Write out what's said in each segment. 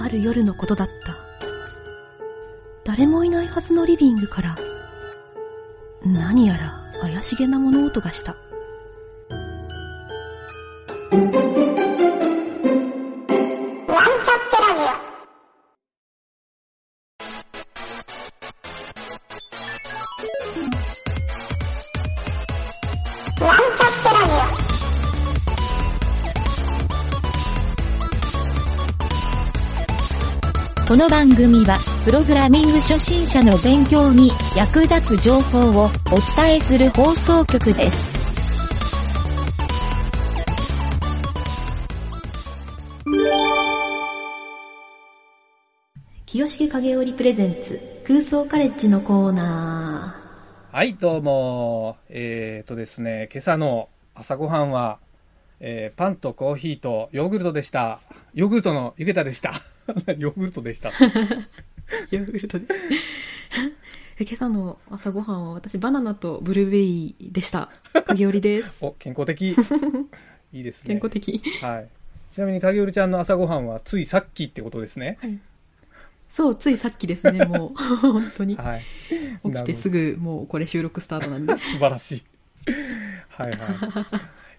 ある夜のことだった誰もいないはずのリビングから何やら怪しげな物音がしたこの番組は、プログラミング初心者の勉強に役立つ情報をお伝えする放送局です。清重影織プレゼンツ空想カレッジのコーナはい、どうも。えーとですね、今朝の朝ごはんは、えーパンとコーヒーとヨーグルトでした。ヨーグルトのゆげたでした。 ヨーグルトでした。ーヨーグル トで今朝の朝ごはんは私バナナとブルーベリーでした影織です お、健康的。 いいです健ね康。的はい。ちなみに、影織ちゃんの朝ごはんはついさっきってことですね。そうついさっきですねもう本当にはい。起きてすぐもうこれ収録スタートなんで素晴らしい。はい はい。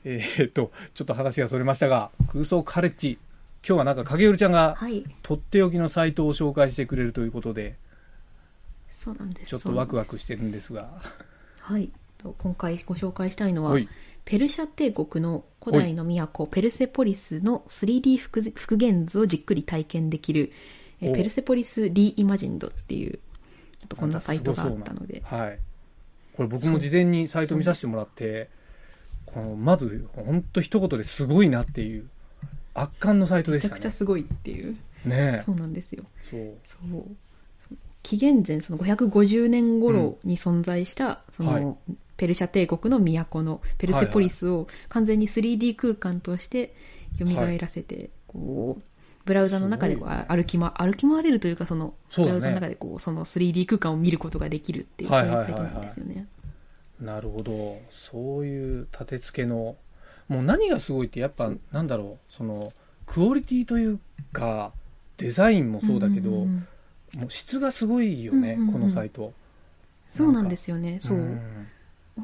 えーっと、ちょっと話がそれましたが、空想カレッジ。今日はなんか影織ちゃんがはいとっておきのサイトを紹介してくれるということで、そうなんですちょっとワクワクしてるんですが。はいと今回ご紹介したいのははい。ペルシャ帝国の古代の都ペルセポリスの 3D 復復元図をじっくり体験できるえおペルセポリスリーイマジンドっていうちょっとこんなサイトがあったのではい。これ僕も事前にサイト見させてもらって、このまず、ほんと一言ですごいなっていう、圧巻のサイトでめちしゃたくちゃね。すごいっていう、ねそうなんですよえ。そう。そう紀元前その550年頃に存在した、その、はいペルシャ帝国の都のペルセポリスを完全に 3D 空間として蘇らせて、こうブラウザの中でこう歩き,、ま、歩き回れるというかそのそうブラだねウザの中でこうその 3D 空間を見ることができるっていうそうはいいうはいはいサはいイトなんですよね。なるほど。そういう立て付けの、もう何がすごいってやっぱ、なんだろう、その、クオリティというか、デザインもそうだけど、んんんもう質がすごいようね、んうんうんこのサイト。そうなんですよね。そう、ん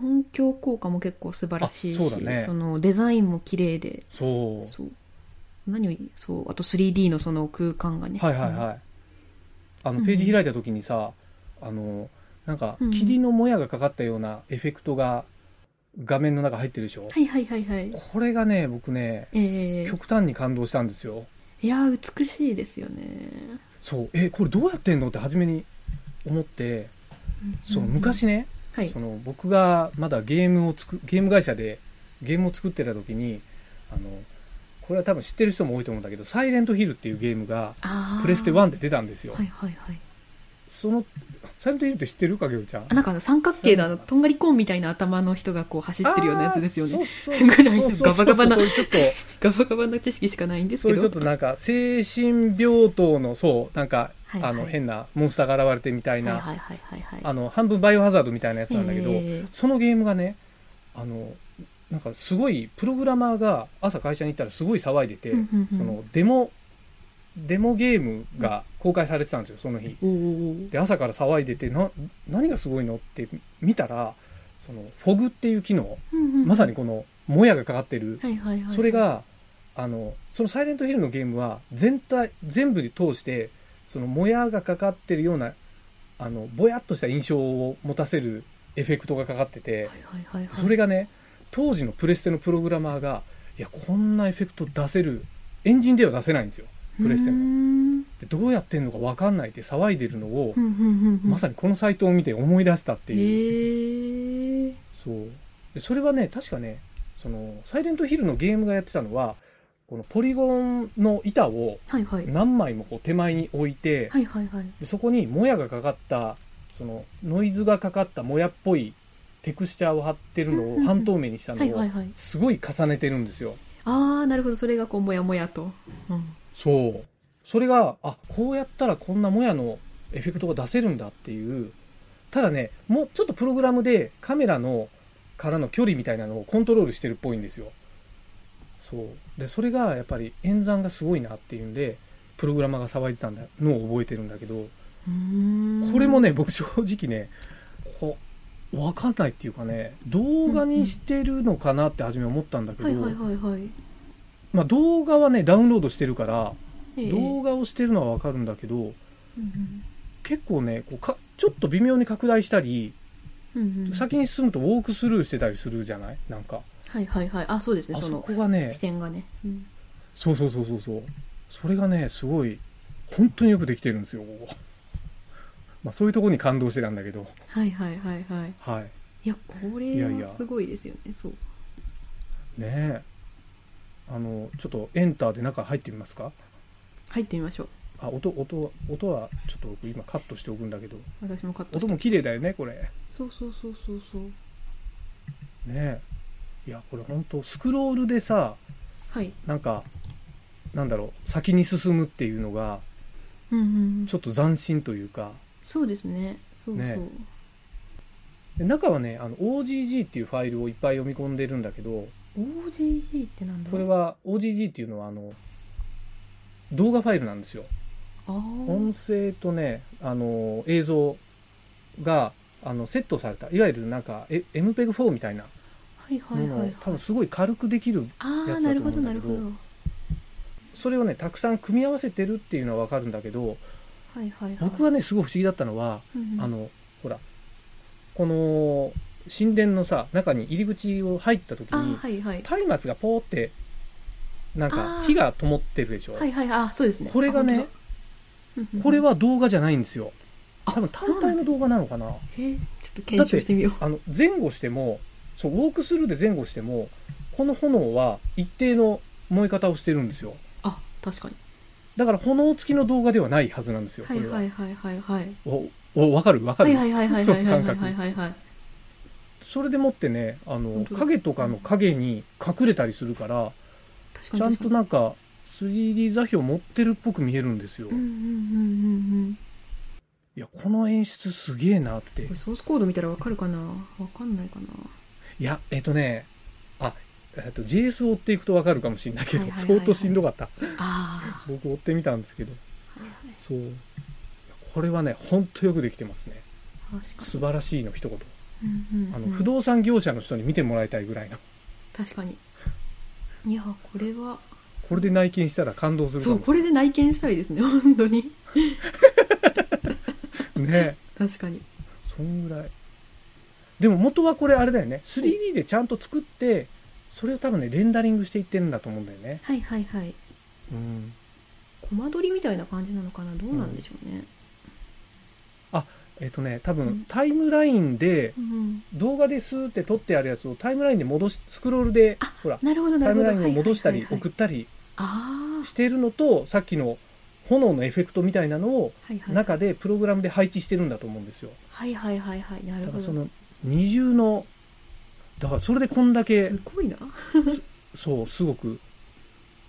音響効果も結構素晴らしいし、あそうだねそのデザインも綺麗で、そう。そう何よりそうあと 3D のその空間がね、はいはいはい、あのページ開いた時にさ、あのなんか霧のもやがかかったようなエフェクトが画面の中入ってるでしょ、はいはいはいはい。これがね僕ねえー、極端に感動したんですよいやー、美しいですよね。そうえこれどうやってんのって初めに思ってその昔ね、はい。その僕がまだゲームをつくゲーム会社でゲームを作ってた時にあのこれは多分知ってる人も多いと思うんだけど「サイレントヒル」っていうゲームがあープレステ1で出たんですよ、はいはいはい。そのサイレントヒルって知ってるかげるちゃんあなんかあの三角形のあのとんがりコーンみたいな頭の人がこう走ってるようなやつですよね。あー。そうそうぐらいのそうそうそガバうガバなそういうちょっと、ガバガバな知識しかないんですそうけいうちょどっ。となんか、精神病棟の、そう、なんか、はいはいあの、変なモンスターが現れてみたいはいな、はいはいはいはい。あの、半分バイオハザードみたいなやつなんだけど、えーそのゲームがね、あの、なんかすごい、プログラマーが朝会社に行ったらすごい騒いでて、うんうんうんその、デモ、デモゲームが公開されてたんですよ、その日。おーで、朝から騒いでて、な、何がすごいのって見たら、その、フォグっていう機能、まさに、この、もやがかかってうんうる、んはいはいはいはい、それが、あの、そのサイレントヒルのゲームは、全体、全部で通して、その、もやがかかってるような、あの、ぼやっとした印象を持たせるエフェクトがかかってて、はいはいはいはい、それがね、当時のプレステのプログラマーが、いや、こんなエフェクト出せる、エンジンでは出せないんですよ。プレステうーの。んでどうやってんのかわかんないって騒いでるのをう、んうんうんうんまさにこのサイトを見て思い出したってえいーう。そうでそれはね確かねそのサイレントヒルのゲームがやってたのはこのポリゴンの板をはいはい。何枚もこう手前に置いて、はいはいはい。でそこにもやがかかったそのノイズがかかったもやっぽいテクスチャーを貼ってるのうんうんをうん半透明にしたのはいはいをはい。すごい重ねてるんですよ。ああ、なるほど。それがこう、もやもやと。うん。そうそれがあこうやったらこんなもやのエフェクトが出せるんだっていうただねもうちょっとプログラムでカメラのからの距離みたいなのをコントロールしてるっぽいんですよそうでそれがやっぱり演算がすごいなっていうんでプログラマーが騒いでたんだのを覚えてるんだけど、うーんこれもね、僕正直ね、こう、わかんないっていうかね、動画にしてるのかなって初め思ったんだけど、はいはいはいはい。まあ動画はね、ダウンロードしてるから、ええ動画をしてるのはわかるんだけど、うん結構ね、こうか、ちょっと微妙に拡大したり、うんうんうん先に進むとウォークスルーしてたりするじゃないなんか。はいはいはい。あ、そうですね、あそそのこがね視、点がね。うんそうそうそうそうそう。それがね、すごい、本当によくできてるんですよ、ここ。まあそういうところに感動してたんだけど、はいはいはいはい。はい。いや、こいれやいやはすごいですよね、そう。ねえあのちょっとエンターで中入ってみますか入ってみましょう。あ音音は音はちょっと僕今カットしておくんだけど私もカットし音て。も綺麗だよねこれねそうそうそうそうそう。えいやこれ本当スクロールでさはい。なんかなんだろう先に進むっていうのがうんうんうんちょっと斬新というかそうですね。そうそう。ねで中はねあの OGG っていうファイルをいっぱい読み込んでるんだけど OGG ってなんだこれは OGG っていうのはあの動画ファイルなんですよあー音声とね、あの映像があのセットされたいわゆるなんかえ MPEG4 みたいなはいはもいのを、はいはい。多分すごい軽くできるあやあ、つだなとるほ思うどんだなけるどほど。それをねたくさん組み合わせてるっていうのはわかるんだけどはいはいはい。僕はねすごい不思議だったのは、うんうん、あのほらこの神殿のさ中に入り口を入った時あーにはいはい。松明がポーってなんあかー火が灯ってるでしょ、はいはいはい。あそうですね。これがねこれは、は動画じゃないんですよあ多分単体の動画なのかなえー、ちょっと検証してみよう。あの前後してもそうウォークスルーで前後してもこの炎は一定の燃え方をしてるんですよあ確かに。だから炎付きの動画ではないはずなんですよこはいれは、はいはいはいはい。おおわかるわかはる、いはいはいはいそはのいはい感覚はいはいはい。それでもってねあの本当だ影とかの影に隠れたりするから確かに確かに。ちゃんとなんか 3D 座標持ってるっぽく見えるんですよ、うんうんいうんうんうん。やこの演出すげえなってこれソースコード見たらわかるかなわかんないかな。いやえっとねあえっと JS を追っていくとわかるかもしれないけはど、いはいはいはい相当しんどかったあ僕追ってみたんですけどあ。そうこれはねほんとよくできてますね確素か晴らしいの一言に。うんうんあうんの、不動産業者の人に見てもらいたいぐらいの確かに。いや、これは。これで内見したら感動するかそう、もこれで内見したいですね、本当に。ね確かに。そんぐらいでも元はこれあれだよね 3D でちゃんと作ってそれを多分ねレンダリングしていってるんだと思うんだよねはいはいはい。うんコマ撮りみたいな感じなのかなどうなんでしょうね。えっとね多う分んタイムラインでうんうん動画でスーって撮ってあるやつをタイムラインで戻しスクロールであほらなるほどなタイるほムど。ラインを戻したりはいはいは送いはいったりあしてるのとさっきの炎のエフェクトみたいなのをあ、はいはい。中でプログラムで配置してるんだと思うんですよ。はいはいはいはい。なるだかほらそど。の二重の、だからそれでこんだけす、ごいな。そう、すごく、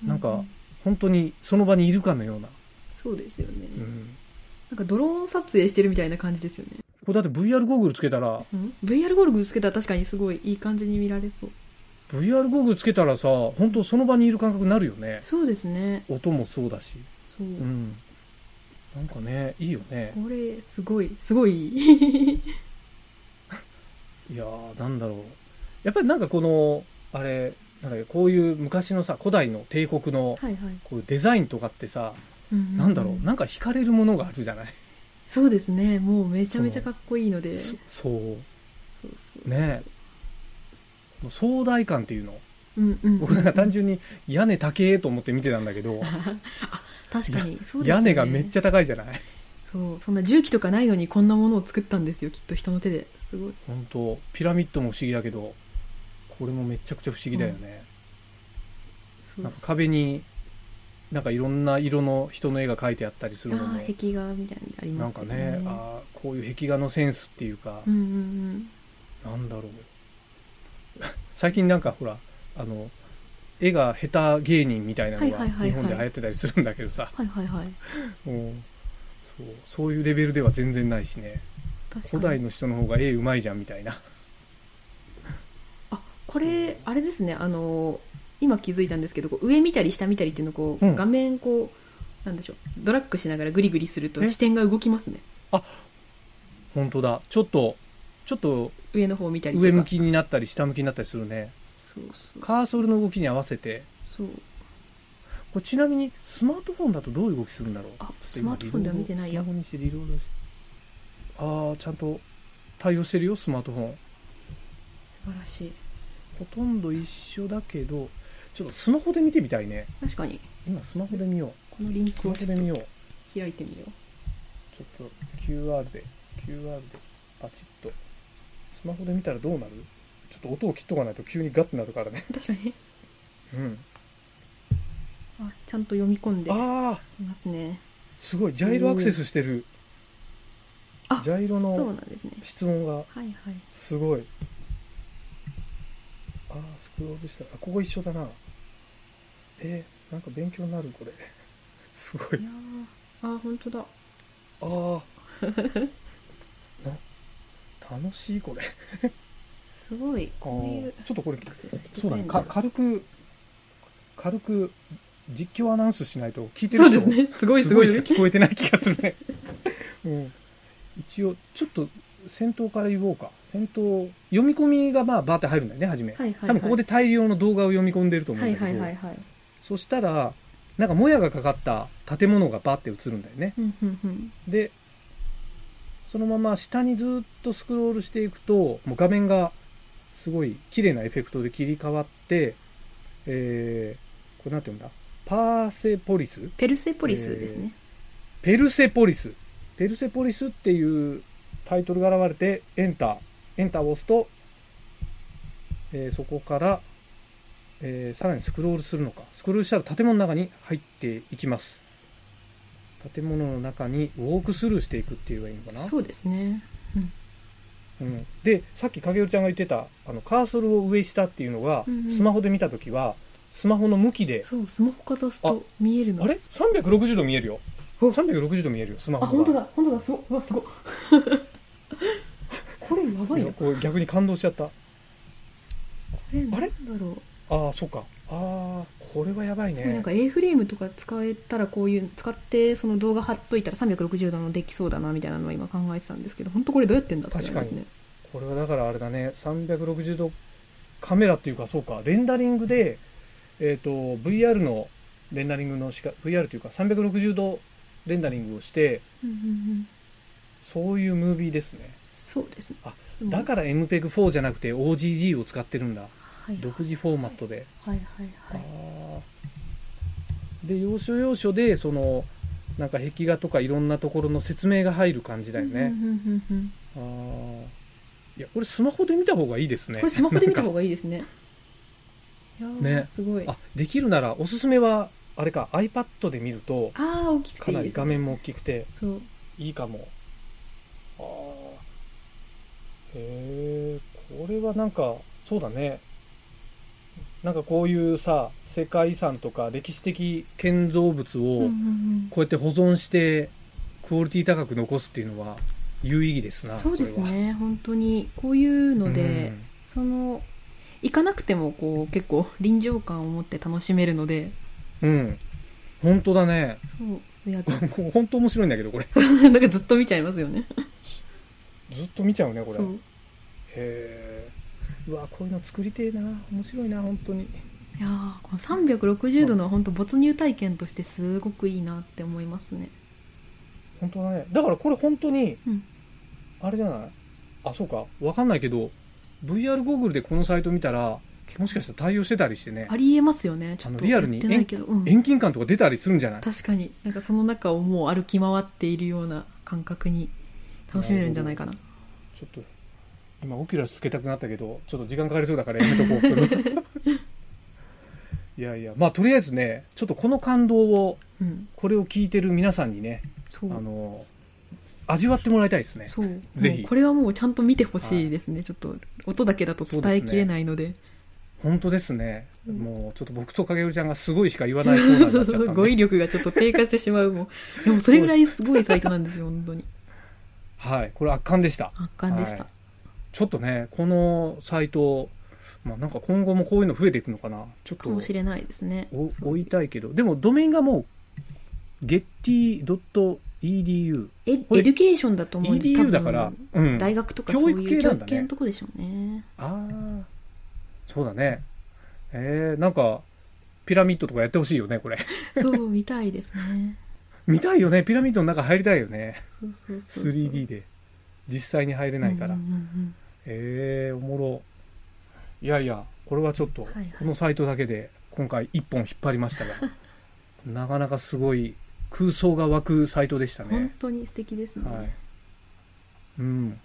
なんかう本当にその場にいるかのような。そうですよね。うん。なんかドローン撮影してるみたいな感じですよね。これだって VR ゴーグルつけたら、うん VR ゴールグつけたら確かにすごいいい感じに見られそう。 VR ゴーグルつけたらさ、本当その場にいる感覚になるよね。そうですね。音もそうだし。そう。うん。なんかね、いいよね。これ、すごい、すご い。いやー、なんだろう。やっぱりなんかこの、あれ、なんだっけこういう昔のさ、古代の帝国の、はいはい。こういうデザインとかってさ、うんなんだろう、なんか惹かれるものがあるじゃないそうですね。もうめちゃめちゃかっこいいので。そそうそうそうねこの壮大感っていうのうんうん。僕なんか単純に屋根高えと思って見てたんだけど、確かに。そうですよね屋根がめっちゃ高いじゃないそう。そんな重機とかないのにこんなものを作ったんですよ。きっと人の手で。すごい。本当ピラミッドも不思議だけどこれもめちゃくちゃ不思議だよね、そうなんかそう壁になんかいろんな色の人の絵が描いてあったりするのあもあ、壁画みたいなのありなまんすかよねね。あーこういう壁画のセンスっていうか、うんうんなんだろう 最近なんかほらあの絵が下手芸人みたいなのはがいはいはいはい日本で流行ってたりするんだけどさ、うん。はいはいはい。もうそうそういうレベルでは全然ないしね確か古に。代の人の方が絵うまいじゃんみたいなあこれあれですねあの今気づいたんですけどこう上見たり下見たりっていうのをこう、うん画面こうなんでしょうドラッグしながらグリグリするとえ視点が動きますね本当だ。ちょっと、ちょっと上の方を見たりとか上向きになったり下向きになったりするね。そうそうカーソルの動きに合わせて。そうこれちなみにスマートフォンだとどういう動きするんだろうあスマートフォンでは見てないやスマホにしてリロードしああちゃんと対応してるよスマートフォン素晴らしいほとんど一緒だけどちょっとスマホで見てみたいね確かに今スマホで見ようこのリンスクをマホで見よう開いてみようちょっと QR で QR でパチッとスマホで見たらどうなるちょっと音を切っとかないと急にガッてなるからね確かにうんあちゃんと読み込んでいああますねすごいジャイロアクセスしてるあジャイロそうなんのですね質問がはいはいすごい。ああ、スクロールした。あ、ここ一緒だな。えーなんか勉強になる、これ。 すごいい。やーあ本当だああ。な楽しい、これ。すごいあこういうーちょっとこれア、クセスしてそうくれだね。るかだ軽く、軽く、実況アナウンスしないと聞いてるそう人ですねすごいすすごごいいしか聞こえてない気がする ね。うん、一応、ちょっと先頭から言おうか。先頭、読み込みがまあバーって入るんだよね、初め。はいはいはい多分ここで大量の動画を読み込んでると思うはんいだけど、はいはいはいそしたら、なんかもやがかかった建物がバーって映るんだよね。うんうんうんで、そのまま下にずっとスクロールしていくと、もう画面がすごい綺麗なエフェクトで切り替わって、えー、これなんて言うんだパーセポリスペルセポリスですね、ペルセポリス。ペルセポリスっていうタイトルが現れて、エンター。エンターを押すと、えーそこから、えーさらにスクロールするのか。スクロールしたら建物の中に入っていきます。建物の中にウォークスルーしていくっていうのがいいのかな。そうですねうん、で、さっき影尾ちゃんが言ってた、あの、カーソルを上下っていうのが、うんうんスマホで見たときは、スマホの向きで、そうスマホかざすと見えるのあれ ?360 度見えるよ。お360度見えるよ、スマあホ本当だ本当だすごいうわすごい これやばいいなやここう逆に感動しちゃった。れなんあれだろうああそうかああこれはやばいこれなねんか A フレームとか使えたらこういう使ってその動画貼っといたら360度のできそうだなみたいなのを今考えてたんですけど本当これどうやってんだって確かにねこれはだからあれだね360度カメラっていうかそうかレンダリングでえっ、と VR のレンダリングのしか VR というか360度レンダリングをしてうんうんうんそういうムービーですねそうですねあうんだから MPEG4 じゃなくて OGG を使ってるんだはい独自フォーマットで、はいはいはいあーで要所要所でそのなんか壁画とかいろんなところの説明が入る感じだよね、うんうんうんうんうんああいやこれスマホで見た方がいいですねこれスマホで見た方がいい ですねいやーねすごいあできるならおすすめはあれか iPad で見るとああ大きくてかいいなでりす画面も大きくてそういいかもああへえこれはなんかそうだねなんかこういうさ世界遺産とか歴史的建造物うんうをんこうやって保存してクオリティ高く残すっていうのは有意義ですうなんそうですこれね本当にこういうはので、うんその行かなくてもこう結構臨場感を持って楽しめるのでうん本当だねそうい やず本当面白いんだけ どこれなんかずっと見ちゃいますよねずっと見ちゃうねこれそへうえうわこういうの作りてえな面白いな本当にいやーこの360度の本当没入体験としてすごくいいなって思いますね本当だねだからこれ本当に、うんあれじゃないあそうかわかんないけど VR ゴーグルでこのサイト見たらもしかしたら対応してたりしてねありえますよねちょっあとのリアルにやってないけど、うん、遠近感とか出たりするんじゃない確かになんかその中をもう歩き回っているような感覚に楽しめるんじゃないかなちょっと今オキュラスつけたくなったけどちょっと時間かかりそうだからやめとこうそれは いやいやまあとりあえずねちょっとこの感動をうんこれを聞いてる皆さんにねそあうの味わってもらいたいですねそうぜひもうこれはもうちゃんと見てほしいですね、ちょっと音だけだと伝えきれないので本当ですね、うんもうちょっと僕と影織ちゃんがすごいしか言わないコーナーにな っちゃったんで語彙力がちょっと低下してしまうもうでもそれぐらいすごいサイトなんですよ本当にはいこれ圧巻でした圧巻でした、はいちょっとねこのサイトまあなんか今後もこういうの増えていくのかなちょっかともしれないですねおそう追いたいけどでもドメインがもう getty.edu。エエデこれュケーションだと思うんで edu だから、うん。大学とかそう教い育う系な教んだね育系のとこでしょうね。ああ、そうだね。えー、なんか、ピラミッドとかやってほしいよね、これ。 そう、みたいですね。見たいよね、ピラミッドの中入りたいよね。そうそうそうそう。 3D で。実際に入れないから。うんうんうんえー、おもろ。いやいや、これはちょっと、はいはいこのサイトだけで今回一本引っ張りましたが、 なかなかすごい空想が湧くサイトでしたうん本ね。当に素敵ですね。はい。うん。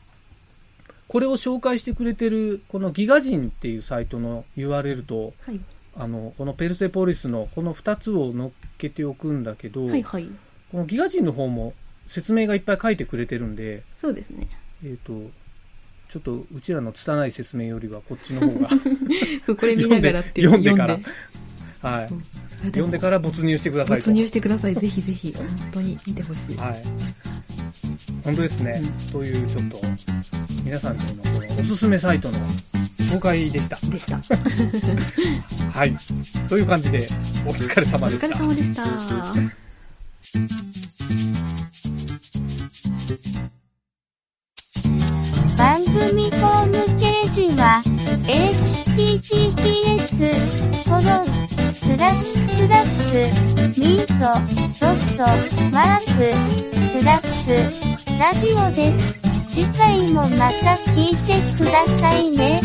これを紹介してくれてる、このギガ人っていうサイトの URL と、はい。あの、このペルセポリスのこの2つを乗っけておくんだけど、はいはい。このギガ人の方も説明がいっぱい書いてくれてるんで、そうです ね。えっ、と、ちょっとうちらの拙い説明よりはこっちの方 が、そう、これ見ながらっていう読んで読んではい。そう読んでから没入してくださいと。没入してください。ぜひぜひ。本当に見てほしい。はい。本当ですね。という、ちょっと、皆さんのこのおすすめサイトの紹介でした。でした。おはい。という感じで、お疲れ様で疲しれた。様でした。番組ホームページは https コロンスラッシュスラッシュミートドットマークスラッシュラジオです。次回もまた聞いてくださいね。